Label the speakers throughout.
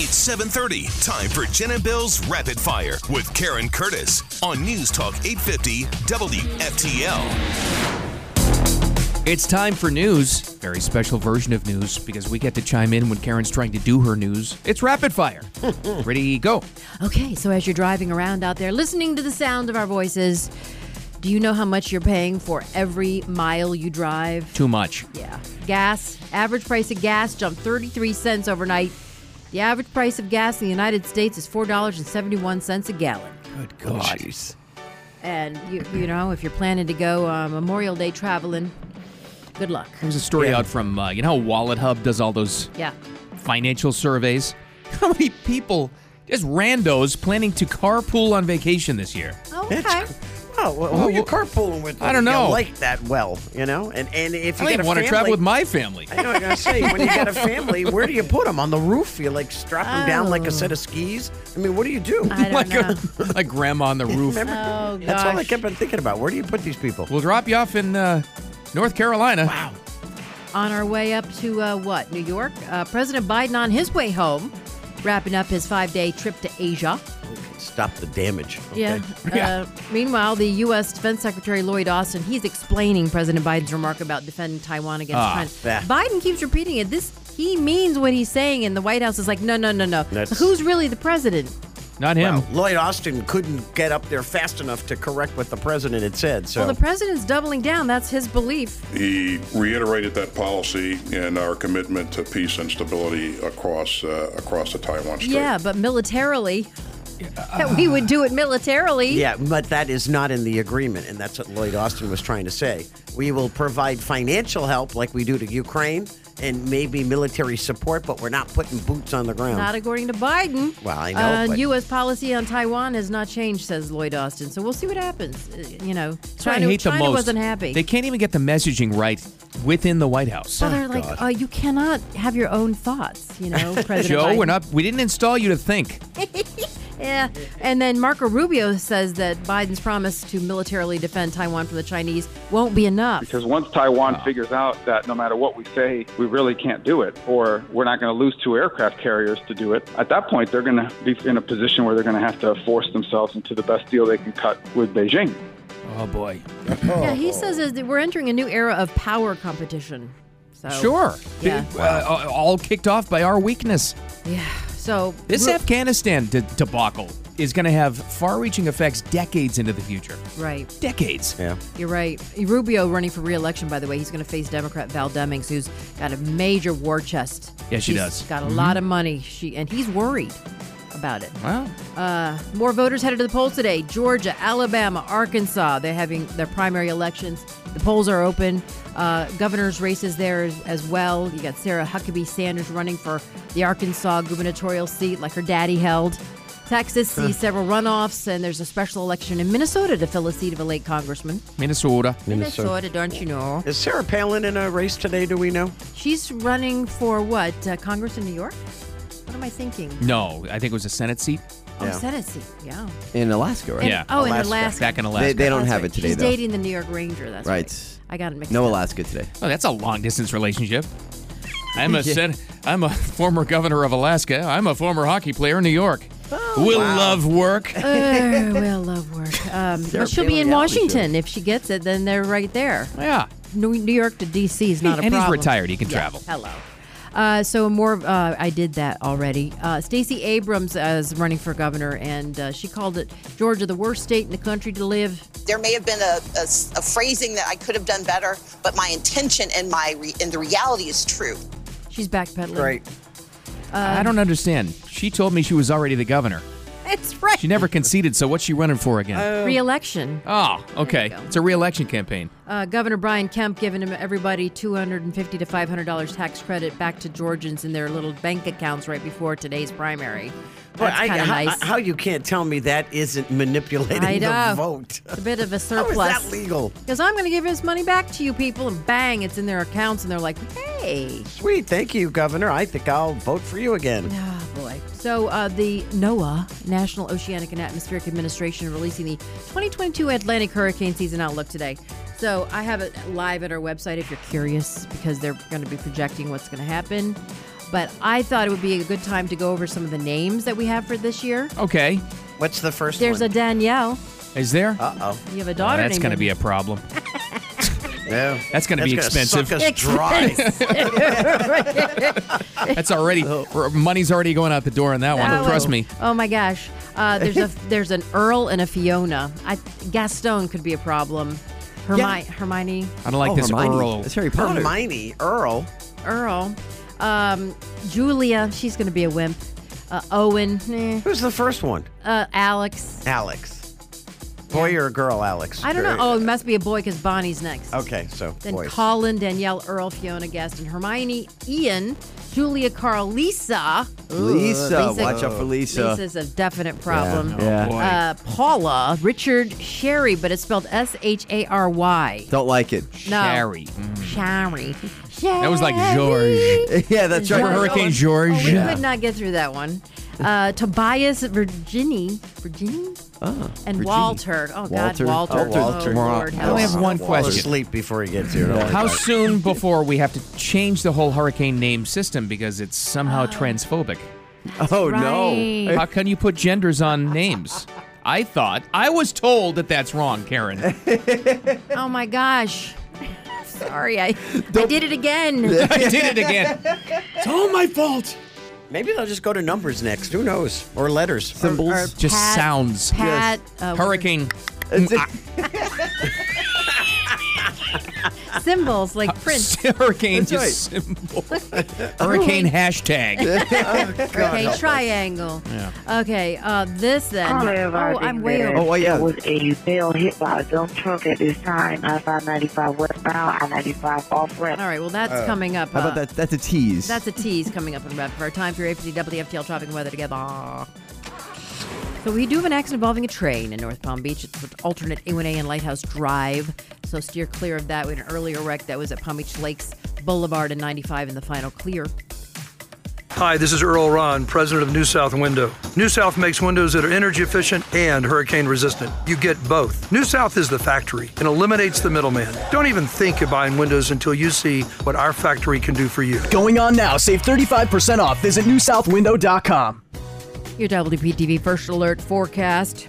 Speaker 1: It's 7:30. Time for Jen and Bill's Rapid Fire with Karen Curtis on News Talk 850 WFTL.
Speaker 2: It's time for news. Very special version of news because we get to chime in when Karen's trying to do her news. It's rapid fire. Ready, go.
Speaker 3: Okay, so as you're driving around out there listening to the sound of our voices, do you know how much you're paying for every mile you drive?
Speaker 2: Too much.
Speaker 3: Yeah. Gas, average price of gas jumped 33 cents overnight. The average price of gas in the United States is $4.71 a gallon.
Speaker 2: Good God.
Speaker 3: And you, you know, if you're planning to go uh, Memorial Day traveling, good luck.
Speaker 2: There's a story out from, uh, you know how Wallet Hub does all those
Speaker 3: Yeah.
Speaker 2: financial surveys? How many people, just randos, planning to carpool on vacation this year?
Speaker 3: Oh, okay.
Speaker 4: That's Oh, well, who are you carpooling with?
Speaker 2: I don't
Speaker 4: that you
Speaker 2: know.
Speaker 4: like that well, you know, and and if you
Speaker 2: I
Speaker 4: got
Speaker 2: don't
Speaker 4: a
Speaker 2: want to travel
Speaker 4: family-
Speaker 2: with my family.
Speaker 4: I know. I gotta say, when you got a family, where do you put them? On the roof? You like strap them down like a set of skis? I mean, what do you do?
Speaker 3: I
Speaker 2: like
Speaker 3: don't
Speaker 2: A,
Speaker 3: know.
Speaker 2: like grandma on the roof.
Speaker 4: Remember?
Speaker 3: Oh,
Speaker 4: That's all I
Speaker 3: gosh.
Speaker 4: kept on thinking about. Where do you put these people?
Speaker 2: We'll drop you off in uh, North Carolina. Wow.
Speaker 3: on our way up to uh, what New York. Uh, President Biden on his way home, wrapping up his five-day trip to Asia.
Speaker 4: Stop the damage. okay?
Speaker 2: Yeah.
Speaker 3: Uh, meanwhile, the U.S. Defense Secretary Lloyd Austin he's explaining President Biden's remark about defending Taiwan against
Speaker 2: Ah,
Speaker 3: China.
Speaker 4: yeah.
Speaker 3: Biden keeps repeating it. This he means what he's saying, and the White House is like, no, no, no, no.
Speaker 4: That's-
Speaker 3: Who's really the president?
Speaker 2: Not him.
Speaker 4: Well, Lloyd Austin couldn't get up there fast enough to correct what the president had said. So
Speaker 3: Well, the president's doubling down. That's his belief.
Speaker 5: He reiterated that policy and our commitment to peace and stability across uh, across the Taiwan Strait.
Speaker 3: Yeah, but militarily, that we would do it militarily.
Speaker 4: Yeah, but that is not in the agreement, and that's what Lloyd Austin was trying to say. We will provide financial help like we do to Ukraine and maybe military support, but we're not putting boots on the ground.
Speaker 3: Not according to Biden.
Speaker 4: Well, I know,
Speaker 3: Uh,
Speaker 4: but-
Speaker 3: U.S. policy on Taiwan has not changed, says Lloyd Austin. So we'll see what happens. Uh, you know,
Speaker 2: That's what
Speaker 3: China,
Speaker 2: I hate the
Speaker 3: China
Speaker 2: most.
Speaker 3: wasn't happy.
Speaker 2: They can't even get the messaging right within the White House. Oh,
Speaker 3: so they're like, uh, you cannot have your own thoughts, you know, President
Speaker 2: Joe,
Speaker 3: Biden.
Speaker 2: we're not. We didn't install you to think.
Speaker 3: Yeah. And then Marco Rubio says that Biden's promise to militarily defend Taiwan from the Chinese won't be enough.
Speaker 6: Because once Taiwan figures out that no matter what we say, we really can't do it, or we're not going to lose two aircraft carriers to do it, at that point, they're going to be in a position where they're going to have to force themselves into the best deal they can cut with Beijing.
Speaker 2: Oh boy.
Speaker 3: Yeah, he says is that we're entering a new era of power competition. So,
Speaker 2: Oh. Sure.
Speaker 3: Yeah.
Speaker 2: Uh, uh, all kicked off by our weakness.
Speaker 3: Yeah. So
Speaker 2: This
Speaker 3: Ru-
Speaker 2: Afghanistan de- debacle is going to have far-reaching effects decades into the future.
Speaker 3: right.
Speaker 2: Decades.
Speaker 4: yeah.
Speaker 3: You're right. Rubio running for re-election, by the way. He's going to face Democrat Val Demings, who's got a major war chest.
Speaker 2: Yeah, she
Speaker 3: She's
Speaker 2: does. Mm-hmm.
Speaker 3: Got a lot of money. She and he's worried about it.
Speaker 2: Well,
Speaker 3: Uh, more voters headed to the polls today. Georgia, Alabama, Arkansas. They're having their primary elections. The polls are open. Uh, governor's races there as, as well. You got Sarah Huckabee Sanders running for the Arkansas gubernatorial seat, like her daddy held. Texas sees several runoffs, and there's a special election in Minnesota to fill a seat of a late congressman.
Speaker 2: Minnesota.
Speaker 3: Minnesota, don't you know?
Speaker 4: Is Sarah Palin in a race today? Do we know?
Speaker 3: She's running for what? Uh, Congress in New York? What am I thinking?
Speaker 7: Mm,
Speaker 2: No, I think it was a Senate seat.
Speaker 3: Oh,
Speaker 4: Yeah.
Speaker 3: Senate seat. Yeah.
Speaker 7: In Alaska, right?
Speaker 2: Yeah.
Speaker 3: Oh, in
Speaker 4: Alaska.
Speaker 3: Alaska.
Speaker 2: Back in Alaska.
Speaker 7: They, they don't
Speaker 3: That's
Speaker 7: have
Speaker 3: right.
Speaker 7: it today,
Speaker 3: She's
Speaker 7: though.
Speaker 3: dating the New York Ranger. That's right.
Speaker 7: Right.
Speaker 3: I got it mixed
Speaker 7: No
Speaker 3: up.
Speaker 7: Alaska today.
Speaker 2: Oh, that's a long-distance relationship. I'm a sen- I'm a former governor of Alaska. I'm a former hockey player in New York. we'll love work.
Speaker 3: Oh, Uh, well, love work. Um, but she'll be in Washington if she gets it. Then they're right there.
Speaker 2: yeah.
Speaker 3: New, New York to D.C. is not a
Speaker 2: and he's
Speaker 3: problem.
Speaker 2: retired. He can
Speaker 3: Yeah,
Speaker 2: travel.
Speaker 3: Hello. Uh, so more. Uh, I did that already. Uh, Stacey Abrams uh, is running for governor, and uh, she called it Georgia the worst state in the country to live.
Speaker 8: there may have been a, a s- a phrasing that I could have done better, but my intention and my re- and the reality is true.
Speaker 3: She's backpedaling.
Speaker 4: Right.
Speaker 2: I don't understand. She told me she was already the governor.
Speaker 3: That's right.
Speaker 2: She never conceded, so what's she running for again?
Speaker 3: Re-election.
Speaker 2: oh, okay.
Speaker 3: Uh, you go.
Speaker 2: It's a re-election campaign.
Speaker 3: Uh, Governor Brian Kemp giving him everybody two hundred and fifty to five hundred dollars tax credit back to Georgians in their little bank accounts right before today's primary.
Speaker 4: But
Speaker 3: That's
Speaker 4: I,
Speaker 3: kind of
Speaker 4: how,
Speaker 3: nice.
Speaker 4: how you can't tell me that isn't manipulating
Speaker 3: I know.
Speaker 4: the vote?
Speaker 3: It's a bit of a
Speaker 4: How
Speaker 3: surplus.
Speaker 4: is that legal?
Speaker 3: Because I'm going to give this money back to you people, and bang, it's in their accounts, and they're like, hey.
Speaker 4: Sweet, thank you, Governor. I think I'll vote for you again.
Speaker 3: Oh, boy. So, uh, the NOAA, National Oceanic and Atmospheric Administration, releasing the 2022 Atlantic hurricane season outlook today. So, I have it live at our website if you're curious, because they're going to be projecting what's going to happen. But I thought it would be a good time to go over some of the names that we have for this year.
Speaker 2: Okay.
Speaker 4: What's the first
Speaker 3: There's a
Speaker 4: one?
Speaker 3: Danielle.
Speaker 2: Is there?
Speaker 4: Uh oh.
Speaker 3: You have a
Speaker 2: Oh,
Speaker 3: daughter.
Speaker 2: that's
Speaker 3: named
Speaker 2: going to be a
Speaker 3: Danielle.
Speaker 2: problem.
Speaker 4: No.
Speaker 2: That's gonna be expensive.
Speaker 4: Suck us dry.
Speaker 2: That's already money's already going out the door on that one.
Speaker 3: Oh,
Speaker 2: Trust
Speaker 3: well.
Speaker 2: me.
Speaker 3: Oh my gosh. Uh, there's a there's an Earl and a Fiona. I, Gaston could be a problem. Hermi-
Speaker 4: Yeah.
Speaker 3: Hermione.
Speaker 2: I don't like
Speaker 7: Oh,
Speaker 2: this
Speaker 7: Hermione.
Speaker 2: Earl.
Speaker 7: That's Harry Potter.
Speaker 4: Hermione Earl.
Speaker 3: Earl. Um, Julia, she's going to be a wimp. Uh, Owen, eh.
Speaker 4: Who's the first one?
Speaker 3: uh, Alex.
Speaker 4: Alex. Boy or girl, Alex?
Speaker 3: I don't know.
Speaker 4: Very-
Speaker 3: Oh, it must be a boy because Bonnie's next.
Speaker 4: Okay, so
Speaker 3: Then
Speaker 4: boys.
Speaker 3: Colin, Danielle, Earl, Fiona, Gaston, Hermione, Ian, Julia, Carl, Lisa. Ooh,
Speaker 7: Lisa, watch out for Lisa.
Speaker 3: Lisa's a definite problem.
Speaker 7: Yeah.
Speaker 2: Boy.
Speaker 3: Uh, Paula, Richard, Sherry, but it's spelled S H A R Y.
Speaker 7: Don't like it.
Speaker 3: No.
Speaker 2: Harry.
Speaker 3: Sherry.
Speaker 2: That was like George.
Speaker 7: yeah, that's
Speaker 2: Remember
Speaker 7: right.
Speaker 3: George.
Speaker 2: Hurricane George?
Speaker 3: Oh, we
Speaker 2: Yeah.
Speaker 3: could not get through that one. Uh, Tobias, Virginie, Virginie, and
Speaker 7: Virginie.
Speaker 3: Walter. Oh
Speaker 7: Ah, Walter.
Speaker 3: God, Walter.
Speaker 7: Oh, Walter.
Speaker 3: Oh, Lord,
Speaker 2: I only
Speaker 3: help.
Speaker 2: have one
Speaker 4: Fall
Speaker 2: question.
Speaker 4: asleep before he gets here.
Speaker 2: How soon before we have to change the whole hurricane name system because it's somehow transphobic?
Speaker 7: Oh
Speaker 3: Right.
Speaker 7: no.
Speaker 2: How can you put genders on names? I thought I was told that that's wrong, Karen.
Speaker 3: Oh my gosh. Sorry, I, I did it again.
Speaker 2: I did it again. It's all my fault.
Speaker 4: Oh, Maybe they'll just go to numbers next. Who knows? Or letters.
Speaker 7: Symbols.
Speaker 3: Or
Speaker 2: Just
Speaker 3: Pat-
Speaker 2: sounds.
Speaker 3: Pat, uh,
Speaker 2: Hurricane.
Speaker 3: symbols like Prince.
Speaker 2: Hurricane
Speaker 7: That's right.
Speaker 2: just symbol. Hurricane hashtag.
Speaker 3: Okay, triangle. Okay, uh, this then.
Speaker 9: Caller
Speaker 3: oh, I'm way over.
Speaker 7: Oh, yeah.
Speaker 9: was a failed hit by a dump truck at this time. I-595 westbound, I-95 off ramp.
Speaker 3: All right, well, that's coming up.
Speaker 7: How
Speaker 3: uh,
Speaker 7: about that? That's a tease.
Speaker 3: That's a tease coming up in Rapid Fire. Time for your APD WFTL traffic and weather together. So we do have an accident involving a train in North Palm Beach. It's with alternate A1A and Lighthouse Drive. So steer clear of that. We had an earlier wreck that was at Palm Beach Lakes Boulevard and 95 in the final clear.
Speaker 10: Hi, this is Earl Ron, president of New South Window. New South makes windows that are energy efficient and hurricane resistant. You get both. New South is the factory and eliminates the middleman. Don't even think of buying windows until you see what our factory can do for you.
Speaker 11: Going on now. Save 35% off. Visit newsouthwindow.com.
Speaker 3: Your WPTV First Alert forecast.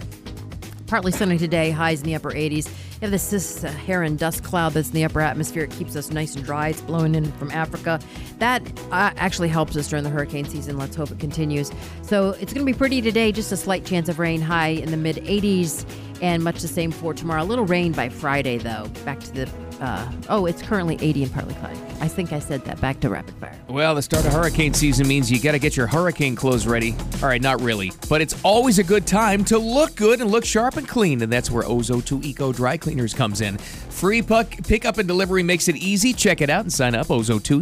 Speaker 3: Partly sunny today, highs in the upper 80s. You have the Saharan dust cloud that's in the upper atmosphere. It keeps us nice and dry. It's blowing in from Africa. That uh, actually helps us during the hurricane season. Let's hope it continues. So it's going to be pretty today, just a slight chance of rain, high in the mid 80s, and much the same for tomorrow. A little rain by Friday, though. Back to the, uh, oh, it's currently 80 and partly cloudy. I think I said that. Back to rapid fire.
Speaker 2: Well, the start of hurricane season means you got to get your hurricane clothes ready. All right, not really, but it's always a good time to look good and look sharp and clean, and that's where Ozo 2 Eco Dry Cleaners comes in. Free puck pickup and delivery makes it easy. Check it out and sign up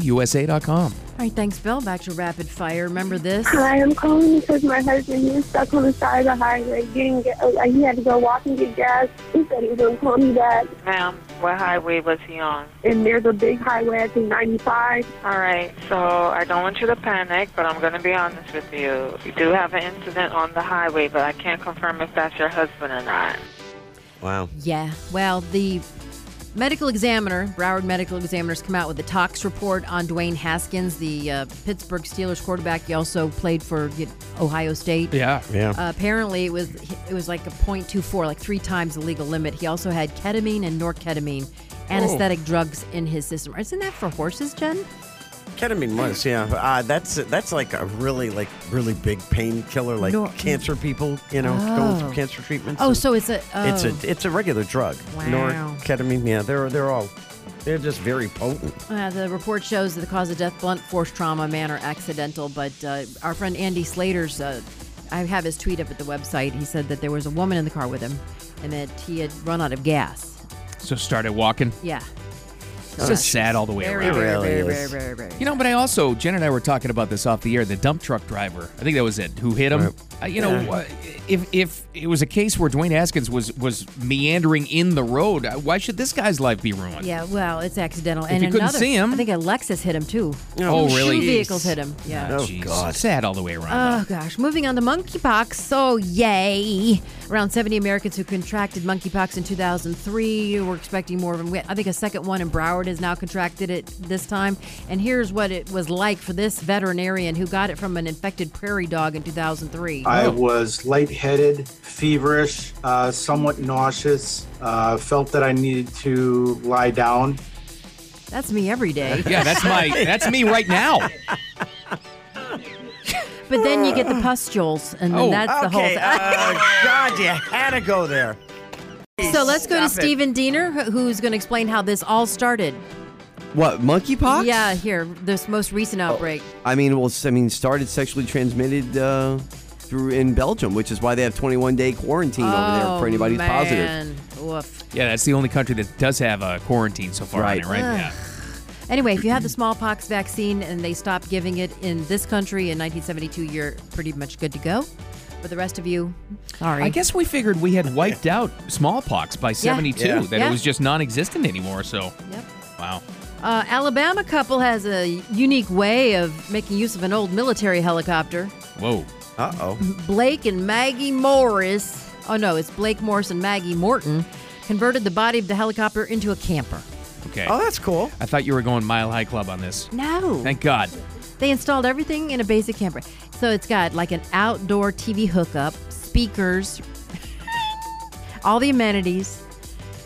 Speaker 2: ozo2usa.com.
Speaker 3: All right, thanks, Bill. Back to rapid fire. Remember this?
Speaker 9: Hi, I'm calling because my husband he was stuck on the side of the highway. He didn't get, uh, he had to go walk and get gas. He said he was going to call me back.
Speaker 12: Ma'am, what highway was he on?
Speaker 9: And there's a big highway, I think 95.
Speaker 12: All right, so I don't want you to panic, but I'm going to be honest with you. You do have an incident on the highway, but I can't confirm if that's your husband or not.
Speaker 4: Wow.
Speaker 3: Yeah. Well, the medical examiner, Broward medical examiners, come out with the tox report on Dwayne Haskins, the uh, Pittsburgh Steelers quarterback. He also played for you know, Ohio State.
Speaker 2: Yeah.
Speaker 4: Yeah.
Speaker 3: Uh, apparently, it was it was like a .24, like three times the legal limit. He also had ketamine and norketamine, anesthetic drugs in his system. Isn't that for horses, Jen?
Speaker 4: Ketamine was, yeah. Uh, that's that's like a really like really big painkiller, like
Speaker 3: No-
Speaker 4: cancer people, you know, going through cancer treatments.
Speaker 3: Oh,
Speaker 4: And
Speaker 3: so it's a oh.
Speaker 4: it's a it's a regular drug.
Speaker 3: Wow.
Speaker 4: Ketamine, yeah. They're they're all they're just very potent.
Speaker 3: Uh, the report shows that the cause of death, blunt force trauma, man, or accidental. But uh, our friend Andy Slater's, uh, I have his tweet up at the website. He said that there was a woman in the car with him and that he had run out of gas.
Speaker 2: So started walking.
Speaker 3: Yeah.
Speaker 2: It's just sad all the way
Speaker 3: Very,
Speaker 2: around.
Speaker 3: very,
Speaker 4: really
Speaker 3: very, very,
Speaker 4: is.
Speaker 3: very, very.
Speaker 2: You know, but I also Jen and I were talking about this off the air. The dump truck driver, I think that was it, who hit him. Uh, you know, uh, if if it was a case where Dwayne Haskins was was meandering in the road, uh, why should this guy's life be ruined?
Speaker 3: Yeah, well, it's accidental. and
Speaker 2: you couldn't
Speaker 3: another,
Speaker 2: see him-
Speaker 3: I think a Lexus hit him too.
Speaker 2: Oh, really?
Speaker 3: Two vehicles hit him. Yeah.
Speaker 4: Oh
Speaker 2: Jeez.
Speaker 4: God.
Speaker 2: sad all the way around.
Speaker 3: Oh gosh, moving on to monkeypox. So yay! Around 70 Americans who contracted monkeypox in 2003. We're expecting more of them. We- I think a second one in Broward Howard has now contracted it this time. And here's what it was like for this veterinarian who got it from an infected prairie dog in 2003.
Speaker 13: I was lightheaded, feverish, uh, somewhat nauseous, uh, felt that I needed to lie down.
Speaker 3: That's me every day.
Speaker 2: Yeah, that's my that's me right now.
Speaker 3: But then you get the pustules, and then
Speaker 4: Oh,
Speaker 3: that's the whole
Speaker 4: okay,
Speaker 3: thing.
Speaker 4: uh, God, you had to go there.
Speaker 3: so let's go to
Speaker 4: Stop it.
Speaker 3: Stephen Diener, wh- who's going to explain how this all started.
Speaker 7: What monkeypox?
Speaker 3: Yeah, here, this most
Speaker 7: Oh.
Speaker 3: recent outbreak.
Speaker 7: I mean, well, I mean, started sexually transmitted uh, through in Belgium, which is why they have 21 day quarantine over there for anybody who's positive.
Speaker 3: Oh, Woof.
Speaker 2: Yeah, that's the only country that does have a quarantine so far, right?
Speaker 7: Right.
Speaker 2: It, right?
Speaker 3: Ugh.
Speaker 2: Yeah.
Speaker 3: Anyway, if you had the smallpox vaccine and they stopped giving it in this country in 1972, you're pretty much good to go. But the rest of you, sorry.
Speaker 2: I guess we figured we had wiped out smallpox by 72,
Speaker 3: Yeah.
Speaker 2: that
Speaker 3: Yeah.
Speaker 2: it was just non existent anymore. So, wow.
Speaker 3: Uh, Alabama couple has a unique way of making use of an old military helicopter.
Speaker 2: Whoa.
Speaker 7: Uh oh.
Speaker 3: Blake and Maggie Morris. Oh no, it's Blake Morris and Maggie Morton converted the body of the helicopter into a camper.
Speaker 2: Okay.
Speaker 3: Oh,
Speaker 4: that's cool.
Speaker 2: I thought you were going Mile High Club on this.
Speaker 3: No.
Speaker 2: Thank God.
Speaker 3: They installed everything in a basic camper. So it's got like an outdoor TV hookup, speakers, all the amenities.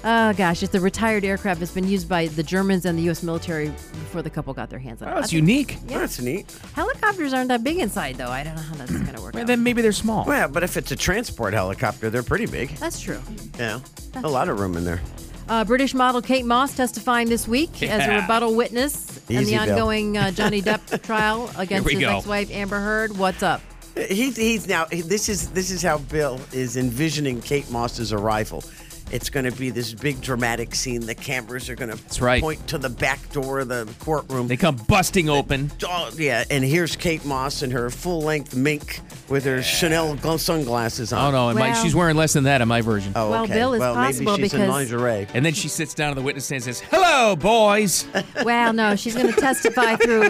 Speaker 3: Oh gosh, it's a retired aircraft that's been used by the Germans and the U.S. military before the couple got their hands on it.
Speaker 2: Oh,
Speaker 3: I
Speaker 2: it's
Speaker 3: think-
Speaker 2: unique.
Speaker 4: That's neat.
Speaker 3: Helicopters aren't that big inside, though. I don't know how that's going to work. out.
Speaker 2: then maybe they're small.
Speaker 4: Well, but if it's a transport helicopter, they're pretty big.
Speaker 3: That's true.
Speaker 4: Yeah, a lot of room in there.
Speaker 3: Uh, British model Kate Moss testifying this week as a
Speaker 4: Yeah.
Speaker 3: rebuttal witness in
Speaker 4: Easy,
Speaker 3: the
Speaker 4: Bill.
Speaker 3: ongoing uh, Johnny Depp trial against
Speaker 4: we
Speaker 3: his
Speaker 4: go.
Speaker 3: ex-wife Amber Heard. What's up?
Speaker 4: He's, he's now. This is this is how Bill is envisioning Kate Moss's arrival. It's going to be this big dramatic scene. The cameras are going to
Speaker 2: right.
Speaker 4: point to the back door of the courtroom.
Speaker 2: They come busting open.
Speaker 4: Oh, yeah, and here's Kate Moss in her full length mink with her Chanel gl- sunglasses
Speaker 2: Oh,
Speaker 4: on.
Speaker 2: no. And my,
Speaker 3: Well-
Speaker 2: she's wearing less than that in my version.
Speaker 4: Oh,
Speaker 3: Well, okay. Bill, it's Well, maybe possible she's in because- lingerie.
Speaker 2: And then she sits down on the witness stand and says, Hello, boys.
Speaker 3: Well, no, she's going to testify through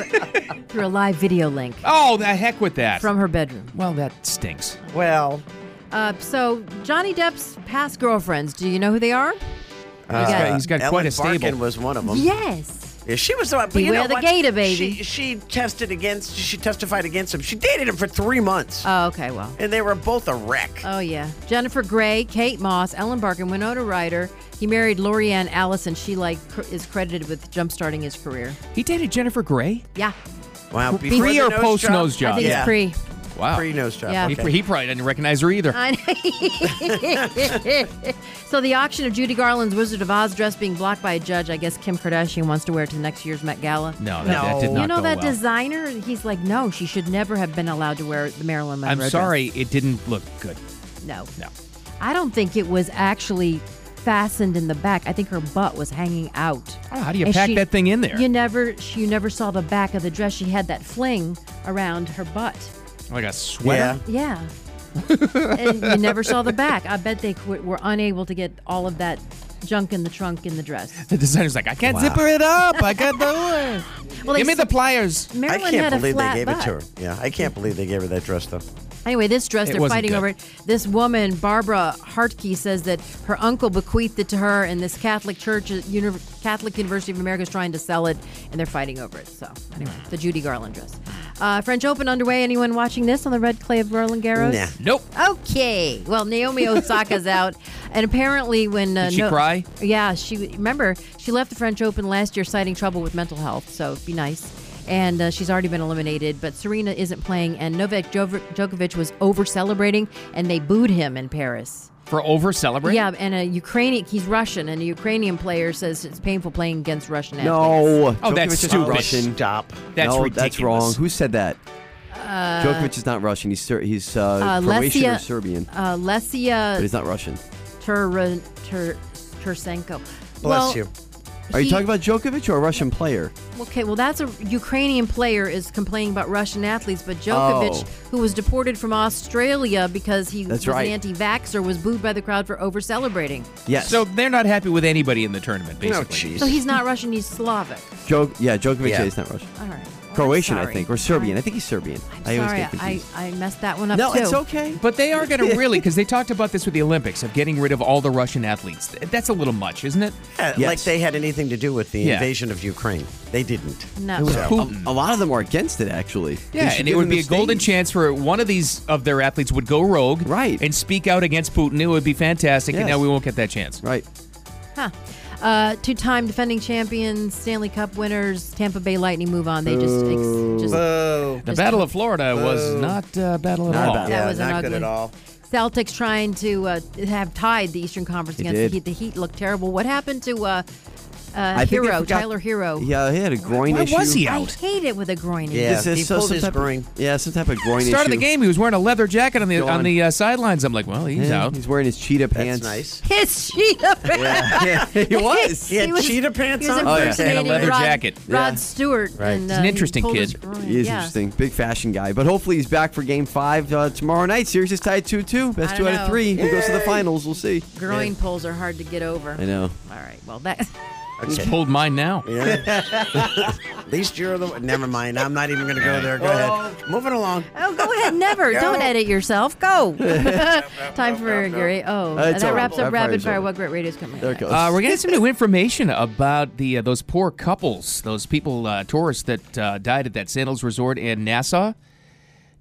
Speaker 3: through a live video link
Speaker 2: oh, the heck with that.
Speaker 3: from her bedroom.
Speaker 2: Well, that stinks.
Speaker 4: Well,
Speaker 3: Uh, so Johnny Depp's past girlfriends. Do you know who they are?
Speaker 4: Uh,
Speaker 3: got-
Speaker 2: he's got
Speaker 4: Ellen
Speaker 2: quite a stable.
Speaker 4: Barkin was one of them.
Speaker 3: Yes.
Speaker 4: Yeah, she was the one. But you
Speaker 3: Beware
Speaker 4: know
Speaker 3: the
Speaker 4: what?
Speaker 3: gator, baby.
Speaker 4: She, she tested against. She testified against him. She dated him for three months,
Speaker 3: Oh, okay. Well.
Speaker 4: and they were both a wreck.
Speaker 3: Oh yeah. Jennifer Grey, Kate Moss, Ellen Barkin, Winona Ryder. He married Lorianne Allison. She like cr- is credited with jumpstarting his career.
Speaker 2: He dated Jennifer Gray?
Speaker 3: Yeah.
Speaker 4: Wow.
Speaker 2: Pre- before pre the or nose post job? nose job?
Speaker 3: I think
Speaker 2: Yeah.
Speaker 3: it's pre.
Speaker 2: Wow.
Speaker 4: Pre nose job.
Speaker 3: Yeah.
Speaker 2: He,
Speaker 3: okay.
Speaker 2: he probably didn't recognize her either.
Speaker 3: I- so the auction of Judy Garland's Wizard of Oz dress being blocked by a judge. I guess Kim Kardashian wants to wear it to next year's Met Gala.
Speaker 2: No, that- that did No. not
Speaker 3: You know
Speaker 2: go
Speaker 3: that
Speaker 2: well.
Speaker 3: designer? He's like, no, she should never have been allowed to wear the Marilyn Monroe.
Speaker 2: I'm
Speaker 3: dress."
Speaker 2: sorry, it didn't look good.
Speaker 3: No.
Speaker 2: No.
Speaker 3: I don't think it was actually fastened in the back. I think her butt was hanging out.
Speaker 2: Oh, how do you pack that thing in there?
Speaker 3: You never, she, you never saw the back of the dress. She had that fling around her butt.
Speaker 2: Like a sweater.
Speaker 3: Yeah. and you never saw the back. I bet they qu- were unable to get all of that junk in the trunk in the dress.
Speaker 2: The designer's like, I can't
Speaker 4: Wow.
Speaker 2: zipper it up. I got the. Give
Speaker 3: Well, they
Speaker 2: me the pliers.
Speaker 3: Marilyn
Speaker 4: I can't
Speaker 3: had a
Speaker 4: believe they
Speaker 3: flat
Speaker 4: gave it to her.
Speaker 3: butt.
Speaker 4: Yeah, I can't believe they gave her that dress though.
Speaker 3: Anyway, this dress
Speaker 4: It
Speaker 3: they're
Speaker 4: wasn't
Speaker 3: fighting
Speaker 4: good.
Speaker 3: over it. This woman, Barbara Hartke, says that her uncle bequeathed it to her, and this Catholic Church, Uni- Catholic University of America, is trying to sell it, and they're fighting over it. So, anyway,
Speaker 4: Hmm.
Speaker 3: the Judy Garland dress. Uh, French Open underway. Anyone watching this on the red clay of Roland Garros?
Speaker 2: Nah. Nope.
Speaker 3: Okay. Well, Naomi Osaka's out, and apparently when uh,
Speaker 2: Did she cry?
Speaker 3: Yeah, she remember she left the French Open last year citing trouble with mental health. So be nice. And uh, she's already been eliminated, but Serena isn't playing, and Novak Jov- Djokovic was over celebrating, and they booed him in Paris.
Speaker 2: For over celebrating?
Speaker 3: Yeah, and a Ukrainian, he's Russian, and a Ukrainian player says it's painful playing against Russian
Speaker 7: No.
Speaker 3: athletes.
Speaker 7: Djokovic is not Russian.
Speaker 4: Stop.
Speaker 2: Oh, That's
Speaker 7: no,
Speaker 2: ridiculous.
Speaker 7: that's wrong. Who said that?
Speaker 3: Uh,
Speaker 7: Djokovic is not Russian. He's Ser- he's uh,
Speaker 3: uh,
Speaker 7: Croatian or
Speaker 3: Lesia-
Speaker 7: Serbian,
Speaker 3: Uh, Lesia
Speaker 7: but he's not Russian.
Speaker 3: Tur- Tur- Tursenko.
Speaker 7: Bless
Speaker 3: well,
Speaker 7: you. Are you
Speaker 3: he-
Speaker 7: talking about Djokovic or a Russian player?
Speaker 3: Okay, well, that's a Ukrainian player is complaining about Russian athletes, but Djokovic,
Speaker 7: Oh.
Speaker 3: who was deported from Australia because he
Speaker 2: That's
Speaker 3: was
Speaker 2: right.
Speaker 3: an anti-vaxxer, was booed by the crowd for over celebrating.
Speaker 7: Yes.
Speaker 2: So they're not happy with anybody in the tournament, basically.
Speaker 7: jeez.
Speaker 3: So he's not Russian; he's Slavic.
Speaker 7: Jo- yeah, Djokovic
Speaker 2: Yeah.
Speaker 7: is not Russian.
Speaker 3: All right.
Speaker 7: Croatian, I
Speaker 3: sorry.
Speaker 7: think, or Serbian. I think he's Serbian. i always
Speaker 3: Sorry,
Speaker 7: get confused.
Speaker 3: I, I messed that one up
Speaker 7: No,
Speaker 3: too.
Speaker 7: it's okay.
Speaker 2: But they are going to really, because they talked about this with the Olympics of getting rid of all the Russian athletes. Th- That's a little much, isn't it?
Speaker 4: Yeah, Uh, Like they had anything to do with the
Speaker 2: Yeah.
Speaker 4: invasion of Ukraine. They didn't.
Speaker 3: No.
Speaker 7: It was
Speaker 4: So-
Speaker 7: Putin. A, lot of them are against it, actually. They
Speaker 2: um, Yeah,
Speaker 7: should
Speaker 2: and it
Speaker 7: give
Speaker 2: would
Speaker 7: them
Speaker 2: be
Speaker 7: the
Speaker 2: a golden chance for one of these of their athletes would go rogue, right, and speak out against Putin. It would be fantastic, and
Speaker 7: Yes.
Speaker 2: now we won't get that chance,
Speaker 7: right?
Speaker 3: Huh. Uh, two-time defending champions, Stanley Cup winners, Tampa Bay Lightning move on. They just, ex- just
Speaker 2: the Battle of Florida was
Speaker 3: Boo.
Speaker 2: not a battle at
Speaker 3: Not a
Speaker 2: all.
Speaker 3: battle. That Yeah, was an not good ugly- at all. Celtics trying to uh, have tied the Eastern Conference
Speaker 7: They
Speaker 3: against
Speaker 7: did.
Speaker 3: the Heat. The Heat looked terrible. What happened to uh, uh,
Speaker 7: I think they
Speaker 3: Hero,
Speaker 7: forgot-
Speaker 3: Tyler Hero?
Speaker 7: Yeah, he had a groin issue.
Speaker 3: I hate it with a groin issue.
Speaker 7: This is so- some type of- yeah, some type of groin
Speaker 2: Start of
Speaker 7: issue.
Speaker 2: the game, he was wearing a leather jacket on the
Speaker 7: Gone.
Speaker 2: on the uh, sidelines. I'm like, well, he's
Speaker 7: Yeah,
Speaker 2: out.
Speaker 7: He's wearing his cheetah pants.
Speaker 4: nice.
Speaker 3: His cheetah pants.
Speaker 7: Yeah, yeah, he was. He had cheetah
Speaker 4: pants
Speaker 3: he was
Speaker 7: on? Oh, yeah.
Speaker 3: impersonating
Speaker 7: And a leather
Speaker 3: Rod,
Speaker 7: jacket.
Speaker 3: Rod
Speaker 7: Yeah.
Speaker 3: Stewart. And, uh, he pulled his groin.
Speaker 7: He is
Speaker 3: Yeah.
Speaker 7: interesting. Big fashion guy. But hopefully he's back for game five uh, tomorrow night. Series is tied 2 2.
Speaker 3: I
Speaker 7: Best two
Speaker 3: don't
Speaker 7: out
Speaker 3: know.
Speaker 7: of three. Who goes to the
Speaker 3: Yay.
Speaker 7: finals? We'll see.
Speaker 3: Groin pulls are hard to get over.
Speaker 7: I know.
Speaker 3: All right. Well, that.
Speaker 2: I just pulled mine now.
Speaker 4: At least you're the. Never mind. I'm not even going to go there. Go ahead. Moving along.
Speaker 3: Oh, go ahead. Never. Don't edit yourself. Go. Time for Gary. Oh,
Speaker 2: Uh, it's
Speaker 3: that
Speaker 2: over.
Speaker 3: wraps
Speaker 2: Rapid
Speaker 3: up Rapid
Speaker 2: Fire's
Speaker 3: Fire.
Speaker 2: over.
Speaker 3: What great radio's coming?
Speaker 7: There it goes.
Speaker 2: Uh, we're getting some new information about the uh, those poor couples, those people, uh, tourists that uh, died at that Sandals Resort in Nassau.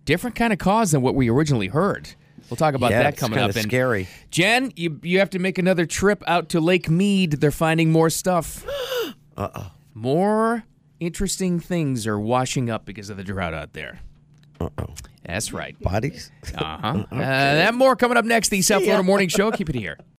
Speaker 2: Different kind of cause than what we originally heard. We'll talk about
Speaker 4: Yeah,
Speaker 2: that
Speaker 4: it's
Speaker 2: coming
Speaker 4: kinda
Speaker 2: up. And
Speaker 4: scary.
Speaker 2: Jen, you you have to make another trip out to Lake Mead. They're finding more stuff.
Speaker 4: uh oh.
Speaker 2: More interesting things are washing up because of the drought out there. Uh oh. That's right.
Speaker 4: Bodies.
Speaker 2: Uh-huh. Uh, that and more coming up next. The South
Speaker 4: See ya.
Speaker 2: Florida Morning Show. Keep it here.